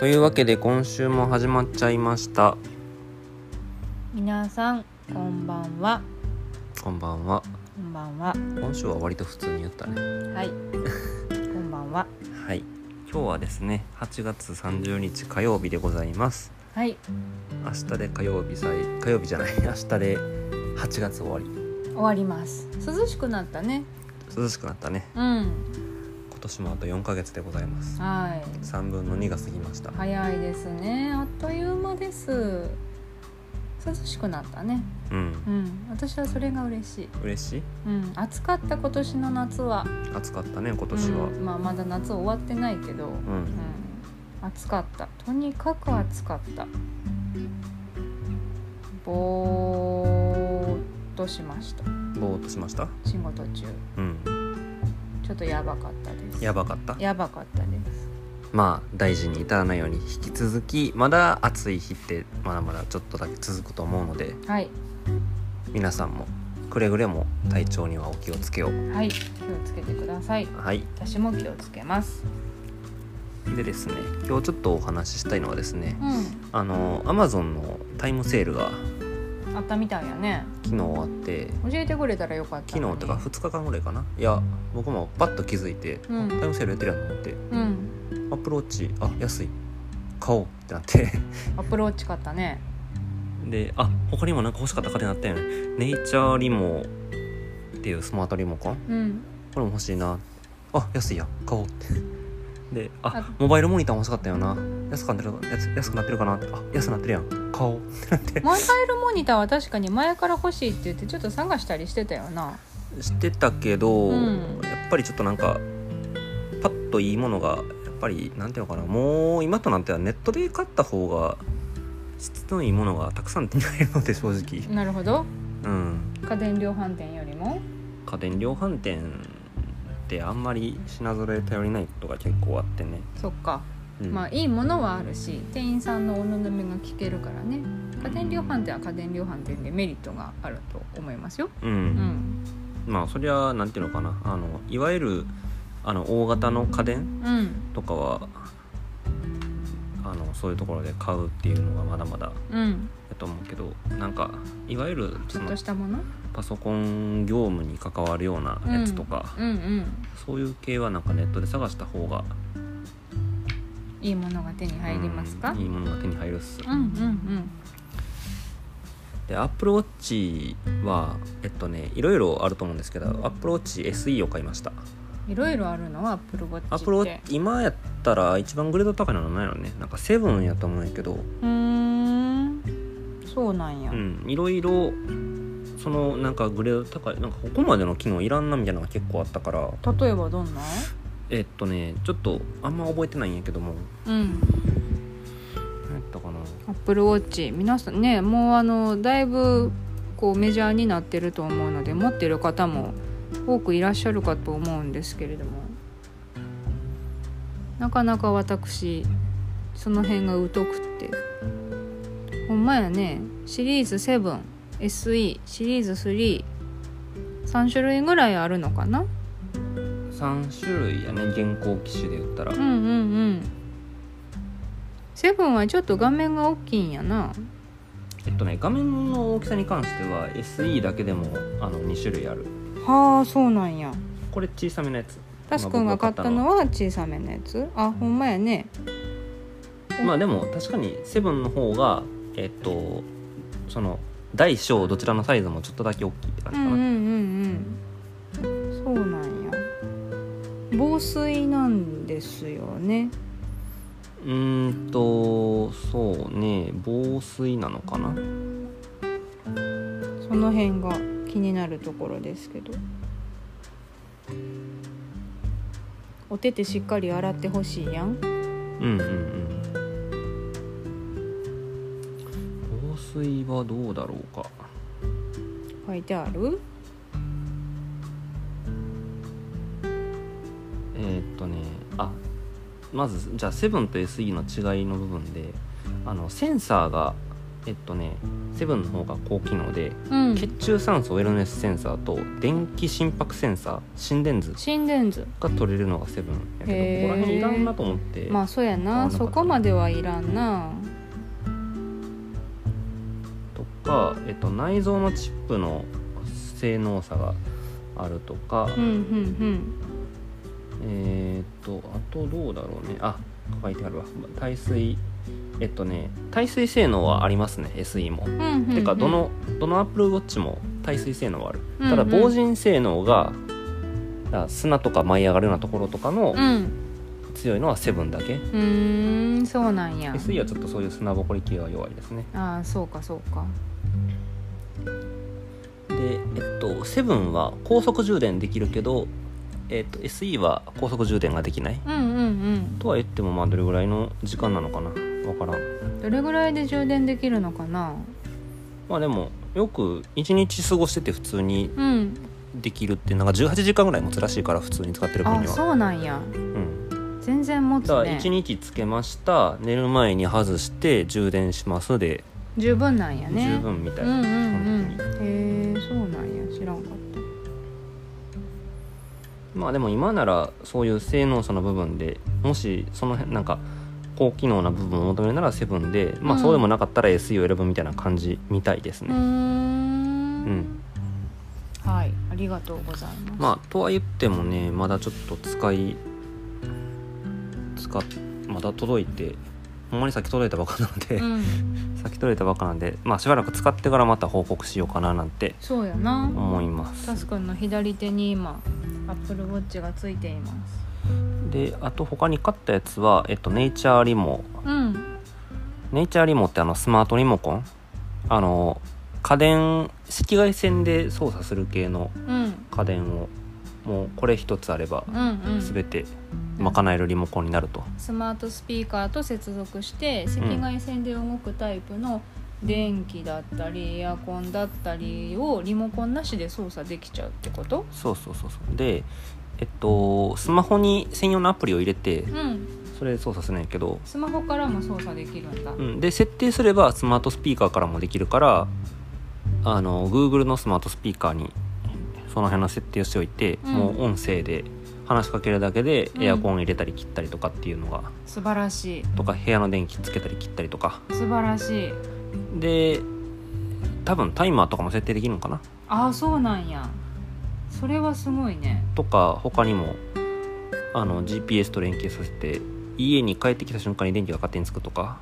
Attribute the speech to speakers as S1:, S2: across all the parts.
S1: というわけで今週も始まっちゃいました
S2: 皆さんこんばんは
S1: こんばんは
S2: こんばんは
S1: 今週は割と普通に言ったね
S2: はい こんばんは
S1: はい今日はですね8月30日火曜日でございます
S2: はい
S1: 明日で火曜日最火曜日じゃない 明日で8月終わり
S2: 終わります涼しくなったね
S1: 涼しくなったね
S2: うん
S1: 今年もあと4ヶ月でございます
S2: はい
S1: 3分の2が過ぎました
S2: 早いですねあっという間です涼しくなったね
S1: うん
S2: うん私はそれが嬉しい
S1: 嬉しい
S2: うん暑かった今年の夏は
S1: 暑かったね今年は
S2: うんまあまだ夏終わってないけど、
S1: うん、
S2: うん、暑かったとにかく暑かったぼーっとしました
S1: ぼーっとしました
S2: 仕事中
S1: うん
S2: ちょっとやばかったです
S1: やばかった
S2: やばかったです
S1: まあ大事に至らないように引き続きまだ暑い日ってまだまだちょっとだけ続くと思うので
S2: はい
S1: 皆さんもくれぐれも体調にはお気をつけを
S2: はい気をつけてください
S1: はい
S2: 私も気をつけます
S1: でですね今日ちょっとお話ししたいのはですね
S2: うん
S1: あの Amazon のタイムセールが
S2: あったみたいやね
S1: 昨日あって
S2: 教えてくれたらよかった
S1: 昨
S2: の
S1: 日
S2: に
S1: とか2日間ぐらいかないや僕もパッと気づいて、
S2: うん
S1: あタイムセールやってるやんと思って
S2: うん
S1: アプローチあ安い買おうってなって
S2: アプローチ買ったね
S1: であ他にもなんか欲しかった家電あったよねネイチャーリモっていうスマートリモコン
S2: うん
S1: これも欲しいなあ安いや買おうってであ
S2: あ
S1: モバイルモニターも欲しかったよな安くなってる安安くなってるかなってあ安くなってるやん買おうってなって
S2: モバイルモニターは確かに前から欲しいって言ってちょっと探したりしてたよな
S1: 知ってたけど、
S2: うん
S1: やっぱりちょっとなんかパッといいものがやっぱりなんていうのかなもう今となってはネットで買った方が質のいいものがたくさん手に入るので正直、
S2: なるほど
S1: うん、
S2: 家電量販店よりも
S1: 家電量販店ってあんまり品揃え頼りないことが結構あってね、
S2: そっか、
S1: うん
S2: まあいいものはあるし店員さんのお望みが聞けるからね家電量販店は家電量販店でメリットがあると思いますよ、
S1: うん
S2: うん、
S1: まあそりゃなんていうのかなあのいわゆるあの大型の家電
S2: うん
S1: とかはあのそういうところで買うっていうのがまだまだ
S2: うん
S1: だと思うけどなんかいわゆる
S2: ち
S1: そ
S2: ょっ
S1: の
S2: としたもの
S1: パソコン業務に関わるようなやつとか、
S2: うんうん
S1: そういう系はなんかネットで探した方が
S2: いいものが手に入りますか
S1: うんいいものが手に入るっす、
S2: うんうん
S1: で AppleWatch はえっとねいろいろあると思うんですけど AppleWatchSE を買いました
S2: うんいろいろあるのはアップルウォッチ
S1: Apple
S2: っ
S1: Watch
S2: て
S1: 今やったら一番グレード高いのはないのねなんか7やと思うんやけど
S2: うーんそうなんや、
S1: うんいろいろそのなんかグレード高いなんかここまでの機能いらんなみたいなのが結構あったから
S2: 例えばどんな
S1: えっとねちょっとあんま覚えてないんやけども
S2: う
S1: 何
S2: ん
S1: やったかな
S2: アップルウォッチ皆さんねもうあのだいぶこうメジャーになってると思うので持ってる方も多くいらっしゃるかと思うんですけれどもなかなか私その辺が疎くってほんまやねシリーズ 7SE シリーズ33種類ぐらいあるのかな
S1: 3種類やね現行機種で言ったら
S2: うんうんうん7はちょっと画面が大きいんやな
S1: えっとね画面の大きさに関しては SE だけでもあの2種類ある
S2: はあそうなんや
S1: これ小さめのやつ
S2: タスくんが買ったのは小さめのやつあほんまやね
S1: まあでも確かにセブンの方がえっとその大小どちらのサイズもちょっとだけ大きいって感
S2: う
S1: じ
S2: ん
S1: か
S2: うん
S1: な、
S2: うんうんそうなんや防水なんですよね
S1: うーんとそうね防水なのかな
S2: その辺が気になるところですけどお手手しっかり洗ってほしいや
S1: うん
S2: ん
S1: うんうん防水はどうだろうか
S2: 書いてある
S1: えーっとねあまずじゃあセブンと SE の違いの部分であのセンサーがえっとねセブンの方が高機能で
S2: うん
S1: 血中酸素ウェルネスセンサーと電気心拍センサー心電図
S2: 心電図
S1: が取れるのがセブンやけ
S2: へー
S1: どここら辺いらんなと思って、
S2: まあそうや
S1: 買わな
S2: な
S1: かった
S2: そこまではいらんな
S1: とか、えっと、内臓のチップの性能差があるとか、
S2: うんうん
S1: えーっとあとどうだろうねあ書いてあるわ耐水えっとね耐水性能はありますね SE も。
S2: うんうんうんうん
S1: てかどのどの Apple Watch も耐水性能はある、
S2: うんうん
S1: ただ防塵性能があ砂とか舞い上がるようなところとかの
S2: うん
S1: 強いのはセブンだけ、
S2: うーんそうなんや
S1: SE はちょっとそういう砂ぼこり系が弱いですね
S2: ああそうかそうか
S1: でえっとセブンは高速充電できるけど、えっと、SE は高速充電ができない
S2: うんうん
S1: とは言ってもまあどれぐらいの時間なのかなわからん
S2: うんどれぐらいで充電できるのかな
S1: まあでもよく1日過ごしてて普通に
S2: うん
S1: できるってなんか18時間ぐらい持つらしいから普通に使ってる分
S2: あ
S1: には
S2: そうなんや
S1: うん
S2: 全然持つ
S1: だから
S2: ね
S1: 1日つけました寝る前に外して充電しますで
S2: 十分なんやね
S1: 十分みたいな、
S2: うんうん
S1: 本
S2: うん
S1: 当に
S2: へえそうなんや知らんかっ
S1: まあでも今ならそういう性能差の部分でもしその辺なんか高機能な部分を求めるならセブンでまあ
S2: うん
S1: そうでもなかったら SE を選ぶみたいな感じみたいです
S2: たうー
S1: ね、
S2: ん
S1: うん
S2: はいありがとうございます、
S1: まあとは言ってもねまだちょっと使い使っまだ届いてほんまに先届いたばっかなので、
S2: うん
S1: 先届いたばっかなんでまあしばらく使ってからまた報告しようかななんて
S2: そうやな
S1: 思います
S2: タスくんの左手に今アップルウォッチがついています
S1: であと他に買ったやつは、えっと、ネイチャーリモ
S2: うん
S1: ネイチャーリモってあのスマートリモコンあの家電赤外線で操作する系の
S2: うん
S1: 家電をもうこれ一つあれば
S2: うんうん
S1: 全て賄えるリモコンになると、
S2: スマートスピーカーと接続して赤外線で動くタイプの電気だったりエアコンだったりをリモコンなしで操作できちゃうってこと
S1: そうそうそうそうでえっとスマホに専用のアプリを入れて
S2: うん
S1: それで操作するんやけど、
S2: スマホからも操作できるんだ、
S1: うん、で設定すればスマートスピーカーからもできるからあの Google のスマートスピーカーにその辺の設定をしておいて、
S2: うん
S1: もう音声で話しかけるだけで
S2: うん
S1: エアコン入れたり切ったりとかっていうのが、
S2: 素晴らしい
S1: とか部屋の電気つけたり切ったりとか
S2: 素晴らしい
S1: で多分タイマーとかも設定できるのかな
S2: ああそうなんやそれはすごいね
S1: とか他にもあの GPS と連携させて家に帰ってきた瞬間に電気が勝手につくとか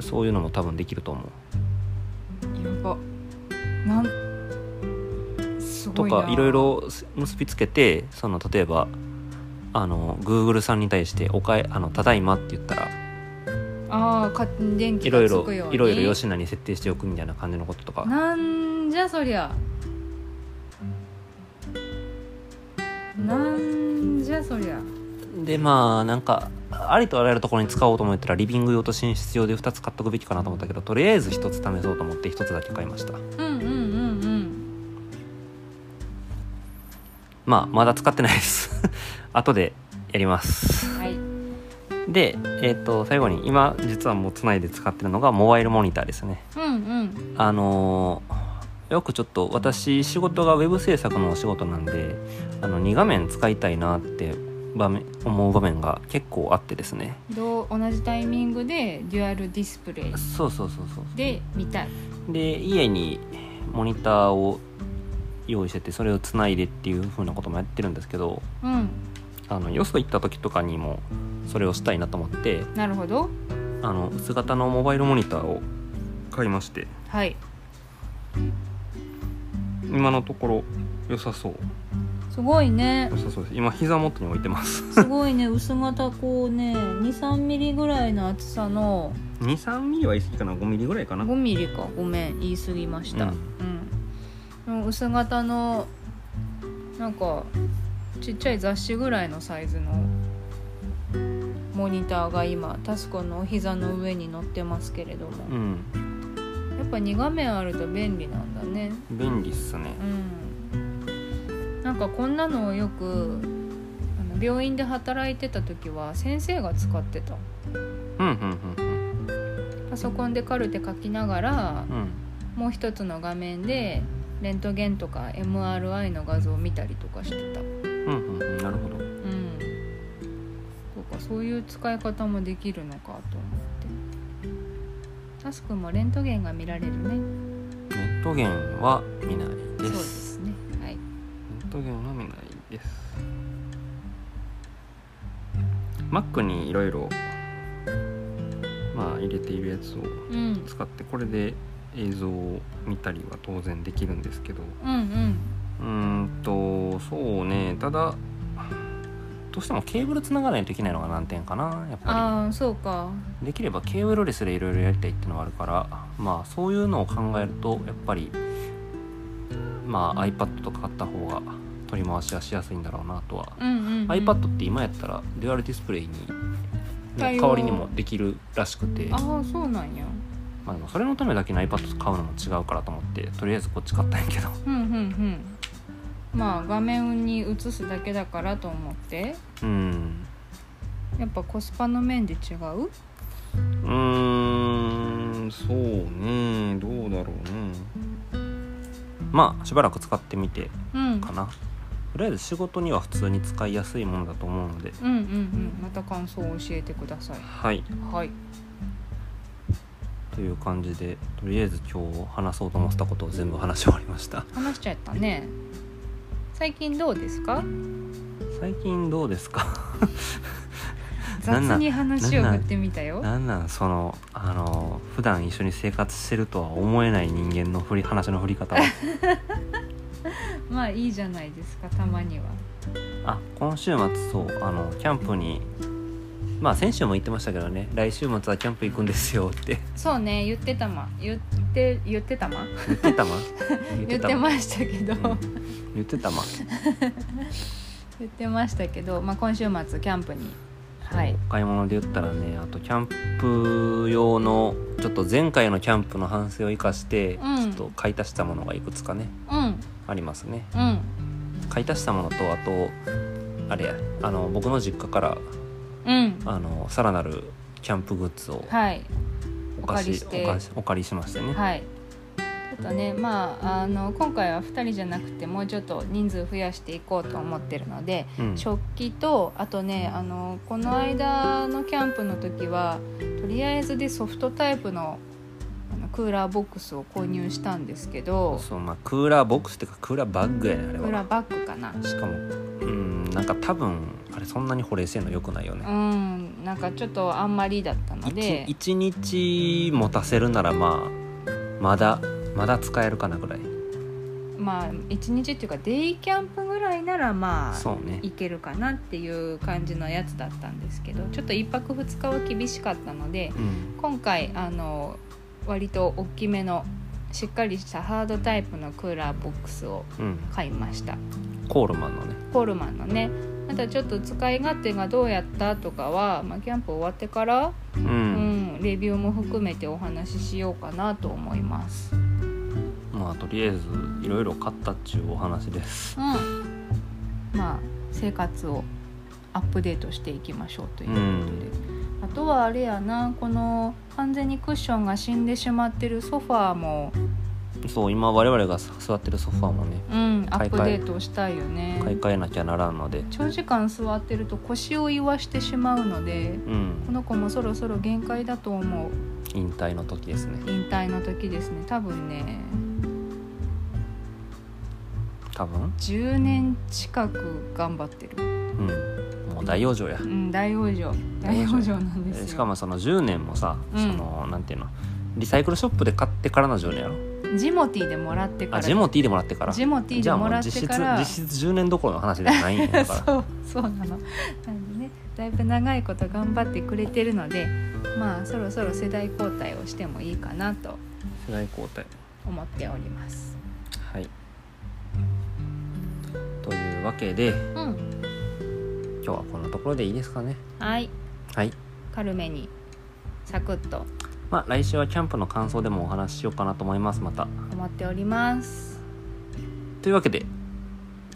S1: そういうのも多分できると思う。
S2: やばなんす
S1: と
S2: ごいな
S1: かいろいろ結びつけてその例えばあの Google さんに対しておかえあの「ただいま」って言ったら
S2: ああか電気
S1: いろ
S2: が
S1: い
S2: つ
S1: ろ
S2: く
S1: い
S2: ように
S1: ろいろ吉菜に設定しておくみたいな感じのこととか
S2: なんじゃそりゃなんじゃそりゃ
S1: でまあなんかありとあらゆるところに使おうと思ったらリビング用と寝室用で2つ買っとくべきかなと思ったけどとりあえず1つ試そうと思って1つだけ買いました
S2: うんうんうん
S1: まあまだ使ってないです 後でやります
S2: うんはい
S1: でえっ、と最後に今実はもうつないで使ってるのがモバイルモニターですね
S2: うん
S1: あのーよくちょっと私仕事がウェブ制作のお仕事なんであの2画面使いたいなって場面思う場面が結構あってですね
S2: うんどう同じタイミングでデュアルディスプレイ
S1: そうそうそうそう
S2: で見たい
S1: で家にモニターを用意しててそれをつないでっていう風なこともやってるんですけど
S2: うん
S1: あのよそ行った時とかにもそれをしたいなと思って
S2: なるほど
S1: あの薄型のモバイルモニターを買いまして
S2: はい
S1: 今のところ良さそう
S2: すごいね
S1: 良さそうです今膝元に置いてます
S2: すごいね薄型こうね23ミリぐらいの厚さの
S1: 23ミリは言い過ぎかな5ミリぐらいかな
S2: 5ミリかごめん言い過ぎました、
S1: う
S2: うんんでも薄型のなんかちっちゃい雑誌ぐらいのサイズのモニターが今タスコのお膝の上に乗ってますけれども、
S1: うん
S2: やっぱ2画面あると便利なんだね
S1: 便利っすね
S2: うんなんかこんなのをよくあの病院で働いてた時は先生が使ってた
S1: うんうんうんうん
S2: パソコンでカルテ書きながら
S1: うん
S2: もう一つの画面でレントゲンとか MRI の画像を見たりとかしてたうん
S1: うんうんなるほど
S2: そうかそういう使い方もできるのかと思ってタスクもレントゲンが見られるね
S1: ネット源は見ないです
S2: そうですねはい
S1: ネット源は見ないです Mac にいろいろまあ入れているやつを
S2: うん
S1: 使ってこれで映像を見たりは当然できるんですけど
S2: うんうん
S1: うーんとそうねただどうしてもケーブルつながないといけないのが難点かなやっぱ
S2: ああそうか
S1: りできればケーブルレスでいろいろやりたいっていうのはあるからまあそういうのを考えるとやっぱりまあ iPad とかあった方が取り回しはしやすいんだろうなとは、
S2: うんうん、うん、
S1: iPad って今やったらデュアルディスプレイに、
S2: 対
S1: ね、
S2: 応
S1: 代わりにもできるらしくて
S2: ああそうなんや
S1: まあ、でもそれのためだけの iPad 買うのも違うからと思ってとりあえずこっち買ったんやけど
S2: うんうんうんまあ画面に映すだけだからと思って
S1: うん
S2: やっぱコスパの面で違う
S1: うーんそうねどうだろうねまあしばらく使ってみて
S2: うん
S1: かなとりあえず仕事には普通に使いやすいものだと思うので
S2: うんうんうんまた感想を教えてください
S1: はい
S2: はい
S1: という感じでとりあえず今日話そうと思ってたことを全部話し終わりました
S2: 話しちゃったね最近どうですか
S1: 最近どうです か
S2: 雑
S1: なんなん
S2: に話を振ってみたよ
S1: なんなんそのあの普段一緒に生活してるとは思えない人間の振り話の振り方 は
S2: まあいいじゃないですかたまには
S1: あ今週末そうあのキャンプにまあ先週も言ってましたけどね来週末はキャンプ行くんですよって
S2: そうね言ってたま言って言ってたま
S1: 言ってたま言
S2: 言ってましたけど、
S1: うん言ってたま
S2: 言ってましたけど、まあ、今週末キャンプにはい
S1: お買い物で言ったらねあとキャンプ用のちょっと前回のキャンプの反省を生かして、
S2: うん
S1: ちょっと買い足したものがいくつかね
S2: うん
S1: ありますね
S2: うん
S1: 買い足したものとあとあれやあの僕の実家から
S2: うん
S1: あのさらなるキャンプグッズを
S2: はい
S1: お貸し
S2: お
S1: お
S2: 借りして
S1: 貸しお借りしましてね、
S2: はいちょっとねまああの今回は2人じゃなくてもうちょっと人数増やしていこうと思ってるので
S1: うん
S2: 食器とあとねあのこの間のキャンプの時はとりあえずでソフトタイプのあのクーラーボックスを購入したんですけど
S1: そうまあクーラーボックスっていうかクーラーバッグやねあれ
S2: クーラ
S1: は
S2: ーバッグかな
S1: しかもうんなんか多分あれそんなに保冷性の良くないよ
S2: う
S1: ね
S2: んなんかちょっとあんまりだったので
S1: 1日持たせるならまあまだまだ使えるかなぐらい
S2: まあ1日っていうかデイキャンプぐらいならまあ
S1: そうね
S2: いけるかなっていう感じのやつだったんですけどちょっと1泊2日は厳しかったので
S1: うん
S2: 今回あの割と大きめのしっかりしたハードタイプのクーラーボックスを
S1: うん
S2: 買いました
S1: コールマンのね
S2: コールマンのねまたちょっと使い勝手がどうやったとかは、まあ、キャンプ終わってから、
S1: う、
S2: うんん、レビューも含めてお話ししようかなと思います。
S1: まあとりあえずいろいろ買ったっちゅうお話です
S2: うん、まあ生活をアップデートしていきましょうということで、あとはあれやなこの完全にクッションが死んでしまってるソファーも、
S1: そう今我々が座ってるソファーもね
S2: うん、ア
S1: 買
S2: ッ
S1: い
S2: プ
S1: 替え
S2: デートしたいよね
S1: 買い替えなきゃならんので
S2: 長時間座ってると腰を言わしてしまうので
S1: うん
S2: この子もそろそろ限界だと思う
S1: 引退の時ですね
S2: 引退の時ですね多分ね
S1: 多分
S2: 10年近く頑張ってる、
S1: うんもう大養生や
S2: うん、大往生大往生なんですよ
S1: えーしかもその10年もさ、
S2: うん
S1: そのなんていうのリサイクルショップで買ってからの10年やろ
S2: ジモティーでもらってから
S1: あジモティーでもらってから
S2: ジモティー
S1: じ
S2: で
S1: ゃあ
S2: も
S1: もう
S2: らっ
S1: 実
S2: て
S1: 質
S2: から
S1: 実質10年どころの話ではないんやから
S2: そうそうなのなんでねだいぶ長いこと頑張ってくれてるのでまあそろそろ世代交代をしてもいいかなと
S1: 世代交代
S2: 思っております
S1: はいというわけで
S2: うん
S1: 今日はこんなところでいいですかね
S2: はい
S1: はい
S2: 軽めにサクッと
S1: まあ来週はキャンプの感想でもお話ししようかなと思いますまた
S2: 思っております
S1: というわけで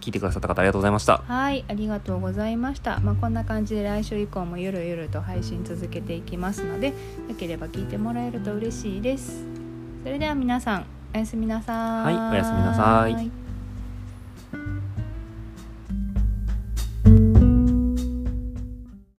S1: 聞聞いてくださった方ありがとうございました
S2: はいありがとうございました、まあ、こんな感じで来週以降もゆるゆると配信続けていきますのでよければ聞いてもらえると嬉しいですそれでは皆さんおやすみなさーい
S1: はいおやすみなさい